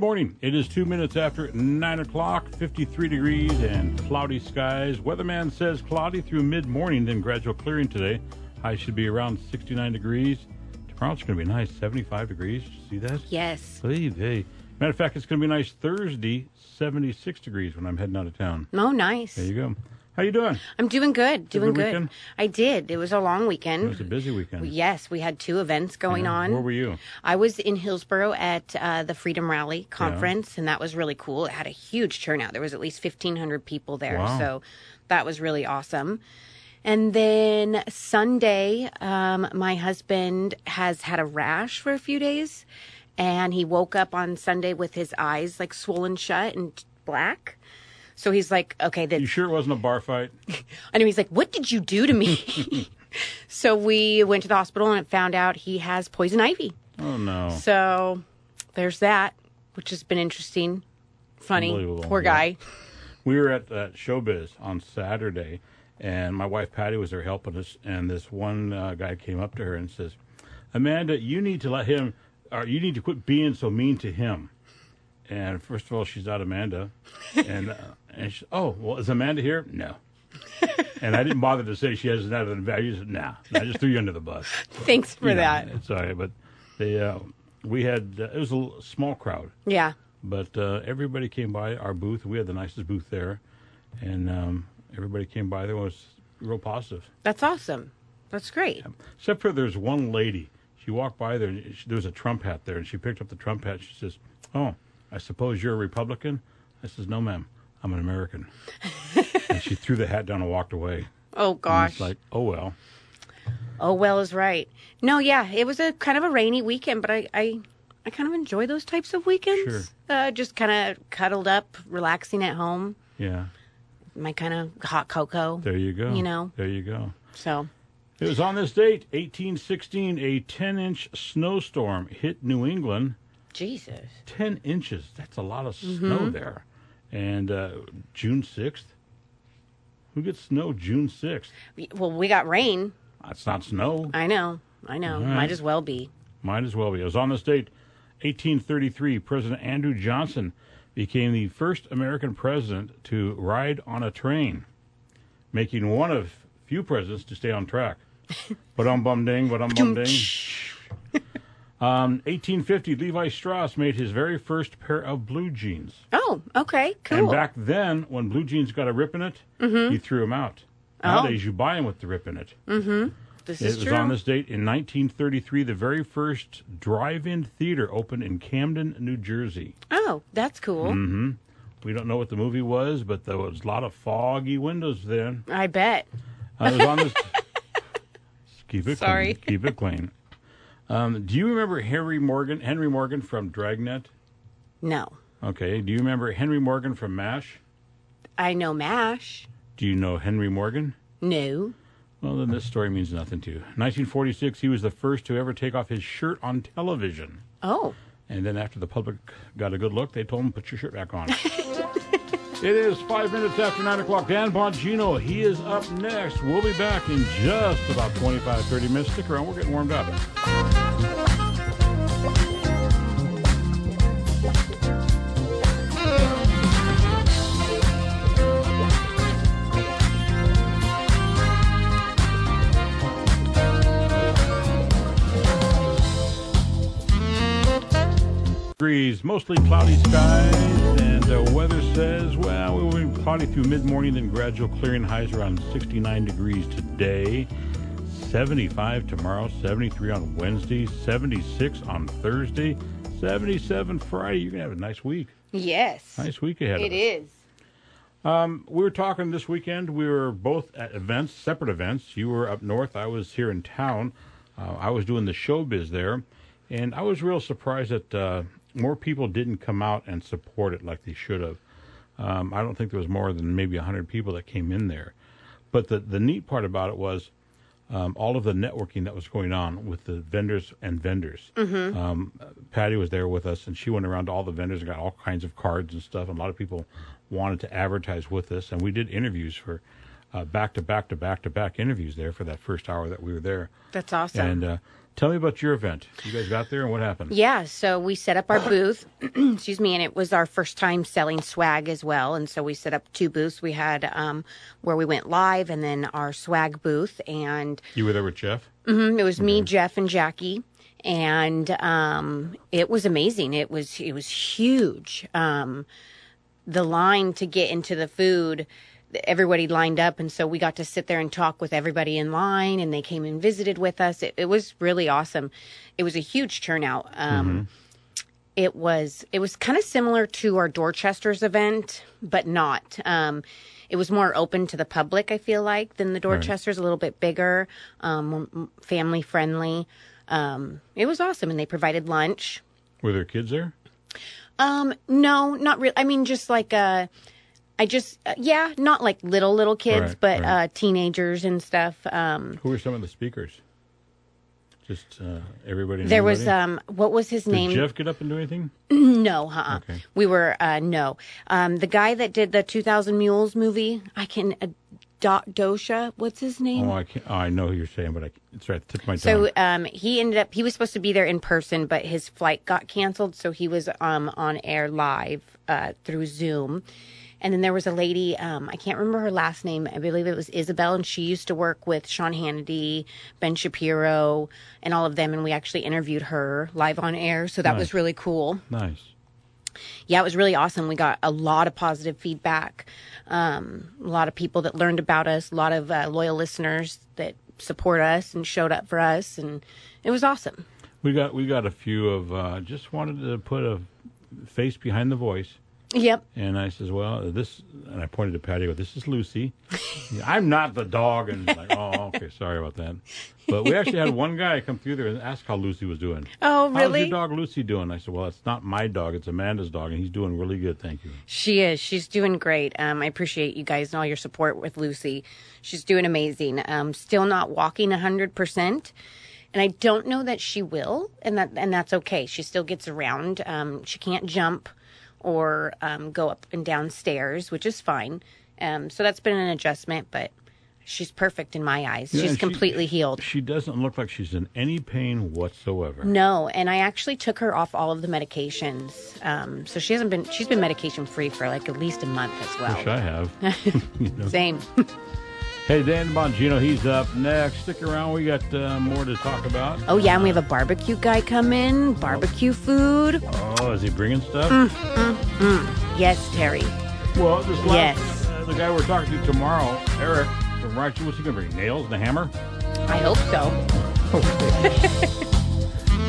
Good Morning. It is two minutes after nine o'clock, 53 degrees and cloudy skies. Weatherman says cloudy through mid morning, then gradual clearing today. High should be around 69 degrees. Tomorrow it's going to be nice, 75 degrees. See that? Yes. Hey, hey. Matter of fact, it's going to be nice Thursday, 76 degrees when I'm heading out of town. Oh, nice. There you go. How you doing? I'm doing good. Doing good good. weekend? I did. It was a long weekend. It was a busy weekend. Yes, we had two events going on. Where were you? I was in Hillsboro at uh, the Freedom Rally conference, and that was really cool. It had a huge turnout. There was at least 1,500 people there, Wow. so that was really awesome. And then Sunday, um, my husband has had a rash for a few days, and he woke up on Sunday with his eyes like swollen shut and black. So he's like, okay, that You sure it wasn't a bar fight? I know he's like, What did you do to me? so we went to the hospital and found out he has poison ivy. Oh, no. So there's that, which has been interesting. Funny. Unbelievable, Poor yeah. guy. we were at uh, Showbiz on Saturday, and my wife Patty was there helping us. And this one uh, guy came up to her and says, "Amanda, you need to let him, or you need to quit being so mean to him." And first of all, she's not Amanda, and uh, and she, oh well, is Amanda here? No. and I didn't bother to say she has not an value. Nah, I just threw you under the bus Thanks for You know, that. It's all right, but they uh, we had uh, it was a l- small crowd. Yeah. But uh, everybody came by our booth. We had the nicest booth there, and um, everybody came by. There was real positive, That's awesome. That's great. except for there's one lady. She walked by there. And she, there was a Trump hat there, and she picked up the Trump hat. She says, "Oh, I suppose you're a Republican." I says, "No, ma'am, I'm an American." and she threw the hat down and walked away. Oh It's gosh. like, oh well. oh well is right. No, yeah, it was a kind of a rainy weekend, but I I, I kind of enjoy those types of weekends. Uh, just kind of cuddled up, relaxing at home, Yeah, my kind of hot cocoa. there you go. You know. there you go. So It was on this date, 1816, a 10-inch snowstorm hit New England. Jesus. 10 inches. That's a lot of snow there. And uh, June 6th? Who gets snow June 6th? Well, we got rain. That's not snow. I know. I know. Might as well be. Might as well be. It was on this date, 1833. President Andrew Johnson became the first American president to ride on a train, making one of few presidents to stay on track. But um bum ding, but um bum ding. Um, 1850, Levi Strauss made his very first pair of blue jeans. Oh, okay. Cool. Mm-hmm. And back then, when blue jeans got a rip in it, you threw them out. Nowadays, you buy them with the rip in it. Oh. this It is was true. on this date in 1933. The very first drive-in theater opened in Camden, New Jersey. oh, that's cool. Mm-hmm. We don't know what the movie was, but there was a lot of foggy windows then. I bet. I was on this. keep it Sorry. clean. Keep it clean. Um, do you remember Henry Morgan? Henry Morgan from Dragnet. No. Okay. Do you remember Henry Morgan from Mash? I know MASH. Do you know Henry Morgan? No. Well, then this story means nothing to you. 1946, he was the first to ever take off his shirt on television. Oh, And then after the public got a good look, they told him, put your shirt back on. it is five minutes after nine o'clock. Dan Bongino, he is up next. We'll be back in just about 25, 30 minutes. Stick around. We're getting warmed up. Degrees, mostly cloudy skies, and the weather says, well, we will be cloudy through mid morning, then gradual clearing highs around 69 degrees today. 75 tomorrow, 73 on Wednesday, 76 on Thursday, 77 Friday. You're going to have a nice week. yes. Nice week ahead of It us. is. We were talking this weekend. We were both at events, separate events. You were up north. I was here in town. Uh, I was doing the showbiz there, and I was real surprised that uh, more people didn't come out and support it like they should have. Um, I don't think there was more than maybe hundred people that came in there, but the the neat part about it was um, all of the networking that was going on with the vendors and vendors. Um, Patty was there with us, and she went around to all the vendors and got all kinds of cards and stuff. And a lot of people wanted to advertise with us, and we did interviews for uh, back to back to back to back interviews there for that first hour that we were there. That's awesome. And uh, tell me about your event. You guys got there and what happened? Yeah, so we set up our booth, excuse me, and it was our first time selling swag as well. And so we set up two booths. We had um, where we went live and then our swag booth. And You were there with Jeff? mhm, it was me, Jeff, and Jackie. And um, it was amazing. It was it was huge. Um, the line to get into the food everybody lined up and so we got to sit there and talk with everybody in line and they came and visited with us it, it was really awesome it was a huge turnout um, it was it was kind of similar to our dorchester's event but not um, it was more open to the public i feel like than the dorchester's a little bit bigger um, family friendly um, it was awesome and they provided lunch Were there kids there? um, no, not really. I mean, just like uh, I just uh, yeah, not like little little kids, Right, but right. uh, teenagers and stuff. Um, Who were some of the speakers? Just uh, everybody. and there was anybody? um, what was his name? Did Jeff get up and do anything? No, huh? Okay. We were uh, no. Um, the guy that did the Two Thousand Mules movie, I can. Uh, Dot Dosha, what's his name? Oh, I can't. Oh, I know who you're saying, but I, it's right. at the Tip of my tongue. So um, he ended up he was supposed to be there in person, but his flight got canceled, so he was um, on air live uh, through Zoom. And then there was a lady um, I can't remember her last name. I believe it was Isabel, and she used to work with Sean Hannity, Ben Shapiro, and all of them. And we actually interviewed her live on air, so that was really cool nice. yeah, it was really awesome. We got a lot of positive feedback, um, a lot of people that learned about us, a lot of uh, loyal listeners that support us and showed up for us, and it was awesome. We got we got a few of. Uh, just wanted to put a face behind the voice. Yep. And I says, "Well, this," and I pointed to Patty. Go, this is Lucy. Yeah, I'm not the dog. And like, oh, okay, sorry about that. But we actually had one guy come through there and ask how Lucy was doing. Oh, How's really? your dog Lucy doing? I said, "Well, it's not my dog. It's Amanda's dog, and he's doing really good. Thank you." She is. She's doing great. Um, I appreciate you guys and all your support with Lucy. She's doing amazing. Um, still not walking 100%. And I don't know that she will, and that and that's okay. She still gets around. Um, she can't jump or um, go up and down stairs, which is fine. Um, so that's been an adjustment, but she's perfect in my eyes. and she's she- completely healed. She doesn't look like she's in any pain whatsoever. No, and I actually took her off all of the medications. Um, so she hasn't been she's been medication free for like at least a month as well. Which I have. Same. hey, Dan Bongino, he's up next. Stick around. We got uh, more to talk about. Oh yeah, and we have a barbecue guy come in, barbecue food. Oh, is he bringing stuff? Mm. Yes, Terry. Well, this last, Yes. uh, the guy we're talking to tomorrow, Eric from Rocky, what's he going to bring? Nails and a hammer? I hope so.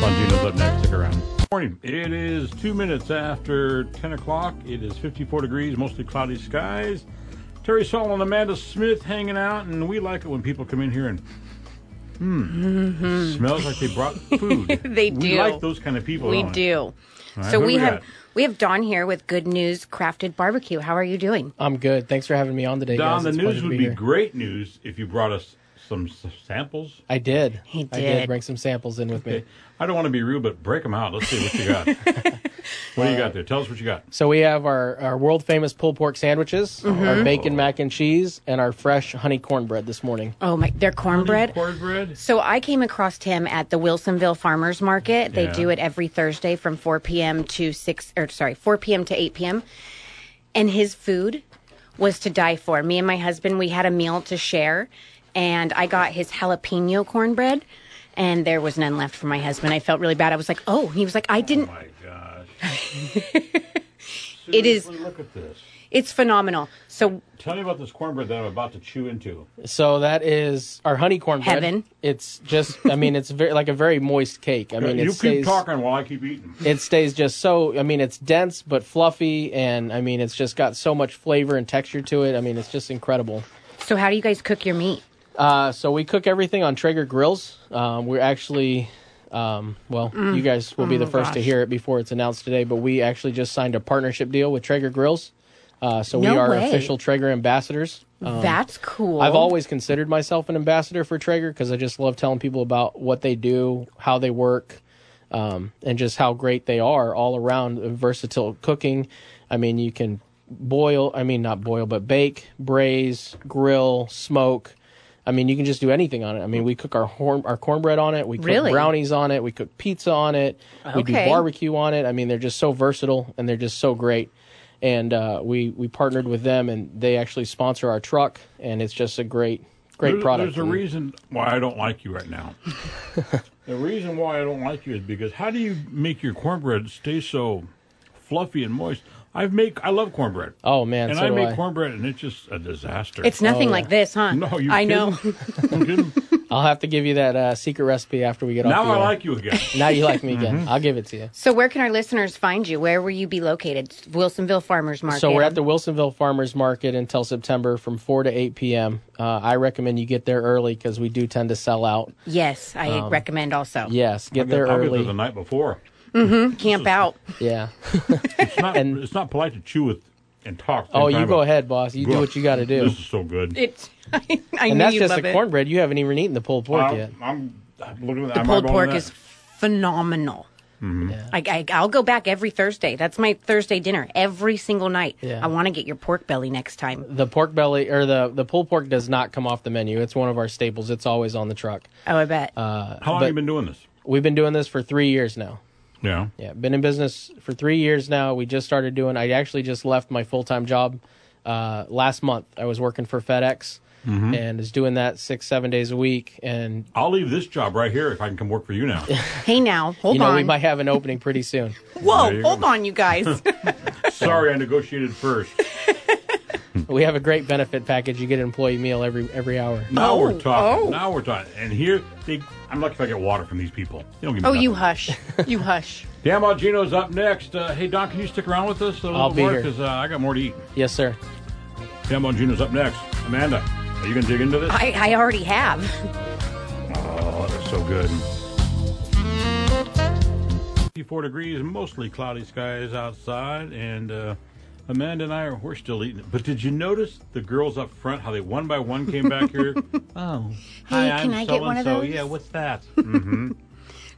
Bongino's up next. Stick around. Morning. It is two minutes after 10 o'clock. It is 54 degrees, mostly cloudy skies. Terry Saul and Amanda Smith hanging out, and we like it when people come in here and hmm, smells like they brought food. Mm-hmm. They we do. like those kind of people. We don't do. right, who so we we have got? we have Don here with Good News Crafted Barbecue. How are you doing? I'm good. Thanks for having me on today, Don, guys. the It's a news pleasure to would be, be here. great news if you brought us some s- samples. I did. He did. I did bring some samples in with me. Okay. I don't want to be rude, but break them out. Let's see what you got. what do you got there? Tell us what you got. So we have our, our world famous pulled pork sandwiches, Mm-hmm. our bacon mac and cheese, and our fresh honey cornbread this morning. Oh my, they're cornbread. Cornbread. So I came across him at the Wilsonville Farmers Market. They Yeah. do it every Thursday from 4 p.m. to 6 or sorry, 4 p.m. to 8 p.m. And his food was to die for. Me and my husband, we had a meal to share, and I got his jalapeno cornbread. And there was none left for my husband. I felt really bad. I was like, "Oh," he was like, "I didn't." My gosh. It is- Seriously, Look at this. It's phenomenal. So Tell me about this cornbread that I'm about to chew into. So that is our honey cornbread. Heaven. It's just, I mean, it's very like a very moist cake. I mean, it you keep stays, talking while I keep eating. It stays just so. I mean, it's dense but fluffy, and I mean, it's just got so much flavor and texture to it. I mean, it's just incredible. So, how do you guys cook your meat? Uh, so we cook everything on Traeger grills. Um, we're actually, um, well, you guys will be the first to Mm. Oh, gosh. hear it before it's announced today, but we actually just signed a partnership deal with Traeger grills. Uh, so No we are way. official Traeger ambassadors. Um, That's cool. I've always considered myself an ambassador for Traeger because I just love telling people about what they do, how they work, um, and just how great they are all around uh, versatile cooking. I mean, you can boil, I mean, not boil, but bake, braise, grill, smoke. I mean, you can just do anything on it. I mean, we cook our horn, our cornbread on it. We cook Really? brownies on it. We cook pizza on it. We do Okay. barbecue on it. I mean, they're just so versatile and they're just so great. And uh, we we partnered with them, and they actually sponsor our truck, and it's just a great great There's- product. There's a And- reason why I don't like you right now. the reason why I don't like you is because how do you make your cornbread stay so fluffy and moist? I make I love cornbread. Oh man, and so I do make I. cornbread and it's just a disaster. It's nothing yeah. like this, huh? Oh, no, you I kidding? know. You kidding? I'll have to give you that uh, secret recipe after we get off. now the I air. like Mm-hmm. you again. Now you like me again. I'll give it to you. So where can our listeners find you? Where will you be located? Wilsonville Farmers Market. Um, So we're at the Wilsonville Farmers Market until September from 4 to 8 p.m. Uh, I recommend you get there early because we do tend to sell out. Yes, I Um, recommend also. Yes, get there I'll get there early. the night before. Camp out. yeah. It's not it's not polite to chew with and talk. at the Oh, same you time. go ahead, boss. You do what you got to do. This is so good. It's I, I And knew that's you just love the it. cornbread. You haven't even eaten the pulled pork yet. I'm, I'm, I'm looking at The pulled pork is phenomenal. Yeah. I, I, I'll go back every Thursday. That's my Thursday dinner every single night. Yeah. I want to get your pork belly next time. The pork belly or the the pulled pork does not come off the menu. It's one of our staples. It's always on the truck. Oh, I bet. Uh, How long have you been doing this? We've been doing this for three years now. Yeah. Yeah, been in business for three years now. We just started doing. I actually just left my full time job uh, last month. I was working for FedEx and is doing that six seven days a week. And I'll leave this job right here if I can come work for you now. hey, now hold you know we on. might have an opening pretty soon. There Whoa, you hold go. on, you guys. Sorry, I negotiated first. we have a great benefit package. You get an employee meal every every hour. Now Oh, we're talking. oh. Now we're talking. And here, they, I'm lucky if I get water from these people. They don't give me oh, you nothing. hush. You hush. Dan Bongino's up next. Uh, hey, Don, can you stick around with us a little I'll bit be more? here. Because uh, I got more to eat. Yes, sir. Dan Bongino's up next. Amanda, are you going to dig into this? I, I already have. Oh, that's so good. 54 degrees, mostly cloudy skies outside, and uh, Amanda and I are we're still eating. it. But did you notice the girls up front how they one by one came back here? oh, hi, Hey, can I get one of so-and-so. those? Yeah, what's that?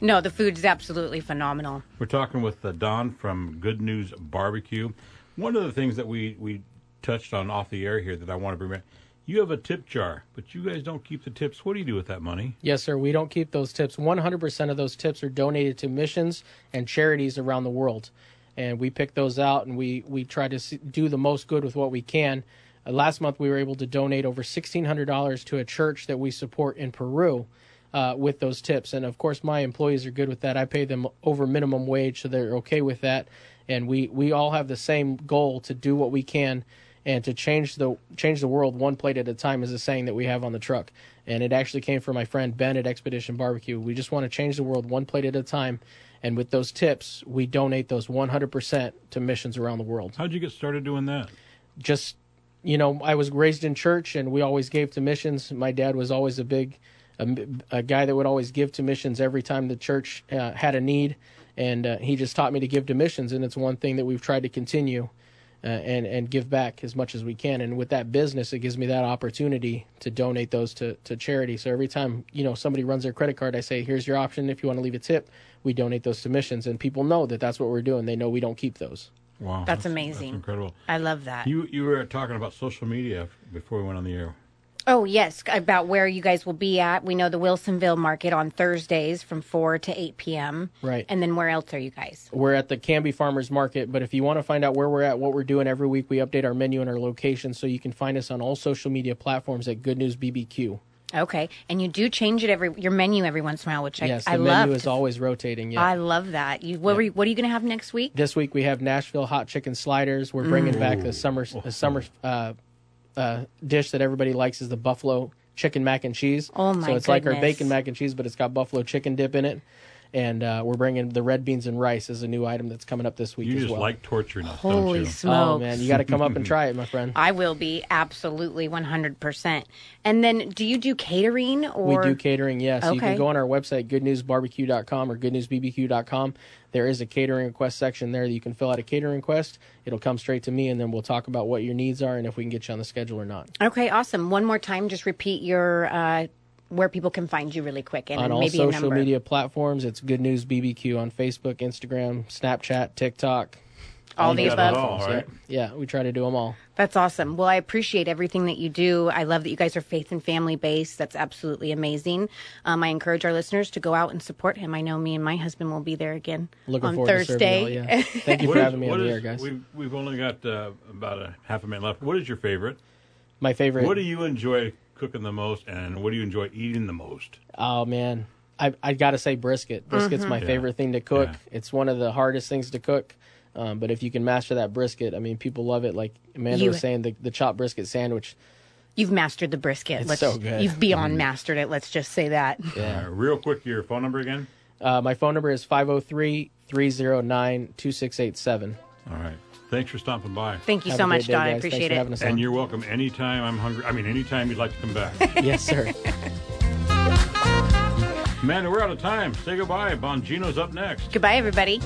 No, the food is absolutely phenomenal. We're talking with uh, Don from Good News Barbecue. One of the things that we, we touched on off the air here that I want to bring back, you have a tip jar, but you guys don't keep the tips. What do you do with that money? Yes, sir. We don't keep those tips. 100% of those tips are donated to missions and charities around the world. And we pick those out and we, we try to s- do the most good with what we can. Uh, last month, we were able to donate over $1,600 to a church that we support in Peru uh, with those tips. And of course, my employees are good with that. I pay them over minimum wage, so they're okay with that. And we, we all have the same goal to do what we can and to change the change the world one plate at a time is a saying that we have on the truck and it actually came from my friend ben at expedition barbecue we just want to change the world one plate at a time and with those tips we donate those 100% to missions around the world How'd you get started doing that? just you know i was raised in church and we always gave to missions my dad was always a big a, a guy that would always give to missions every time the church uh, had a need and uh, he just taught me to give to missions and it's one thing that we've tried to continue uh, and and give back as much as we can and with that business it gives me that opportunity to donate those to to charity so every time you know somebody runs their credit card i say here's your option if you want to leave a tip we donate those to missions and people know that that's what we're doing they know we don't keep those Wow. That's amazing. incredible. I love that. You you were talking about social media before we went on the air. Oh, yes, about where you guys will be at. We know the Wilsonville market on Thursdays from 4 to 8 p.m. Right. And then where else are you guys? We're at the Canby Farmers Market, but if you want to find out where we're at, what we're doing every week, we update our menu and our location, so you can find us on all social media platforms at Good News BBQ. Okay. And you do change it every your menu every once in a while, which Yes, the I, I menu love. is always rotating. Yeah. I love that. You what, were you, what are you going to have next week? this week we have Nashville hot chicken sliders. We're Mm. bringing back the summer the summer uh, uh, dish that everybody likes is the buffalo chicken mac and cheese. Oh, my So it's like our goodness. bacon mac and cheese, but it's got buffalo chicken dip in it. And uh, we're bringing the red beans and rice as a new item that's coming up this week You as just well. like torturing us, don't Holy you? smokes. oh man, you got to come up and try it, my friend. I will be absolutely 100%. And then do you do catering or we do catering, yes. You Okay. can go on our website, goodnewsbarbecue.com or goodnewsbbq.com. There is a catering request section there that you can fill out a catering request. It'll come straight to me, and then we'll talk about what your needs are and if we can get you on the schedule or not. Okay, awesome. One more time just repeat your uh where people can find you really quick and On all maybe a social number. media platforms, it's Good News BBQ on Facebook, Instagram, Snapchat, TikTok. All the You've got it above. all, right? Yeah, we try to do them all. That's awesome. Well, I appreciate everything that you do. I love that you guys are faith and family based. That's absolutely amazing. Um, I encourage our listeners to go out and support him. I know me and my husband will be there again Looking on forward Thursday. to serving all. Yeah. Thank you What for is- having me what on the is- air, guys. We've, we've only got uh, about a half a minute left. What is your favorite? My favorite. What do you enjoy cooking the most, and what do you enjoy eating the most? Oh man, I I gotta say brisket. Brisket's my favorite thing to cook. Mm-hmm. Yeah. It's one of the hardest things to cook. Um, but if you can master that brisket, I mean, people love it. Like Amanda You- was saying, the, the chopped brisket sandwich. You've mastered the brisket. It's let's, so good. Mm-hmm. You've beyond mastered it. Let's just say that. Uh, real quick, your phone number again. Uh, my phone number is 503 309 2687. All right. Thanks for stopping by. Thank you so much, Don. I appreciate Thanks it. For having us and on. you're welcome anytime I'm hungry. I mean, anytime you'd like to come back. yes, sir. Amanda, we're out of time. Say goodbye. Bongino's up next. Goodbye, everybody.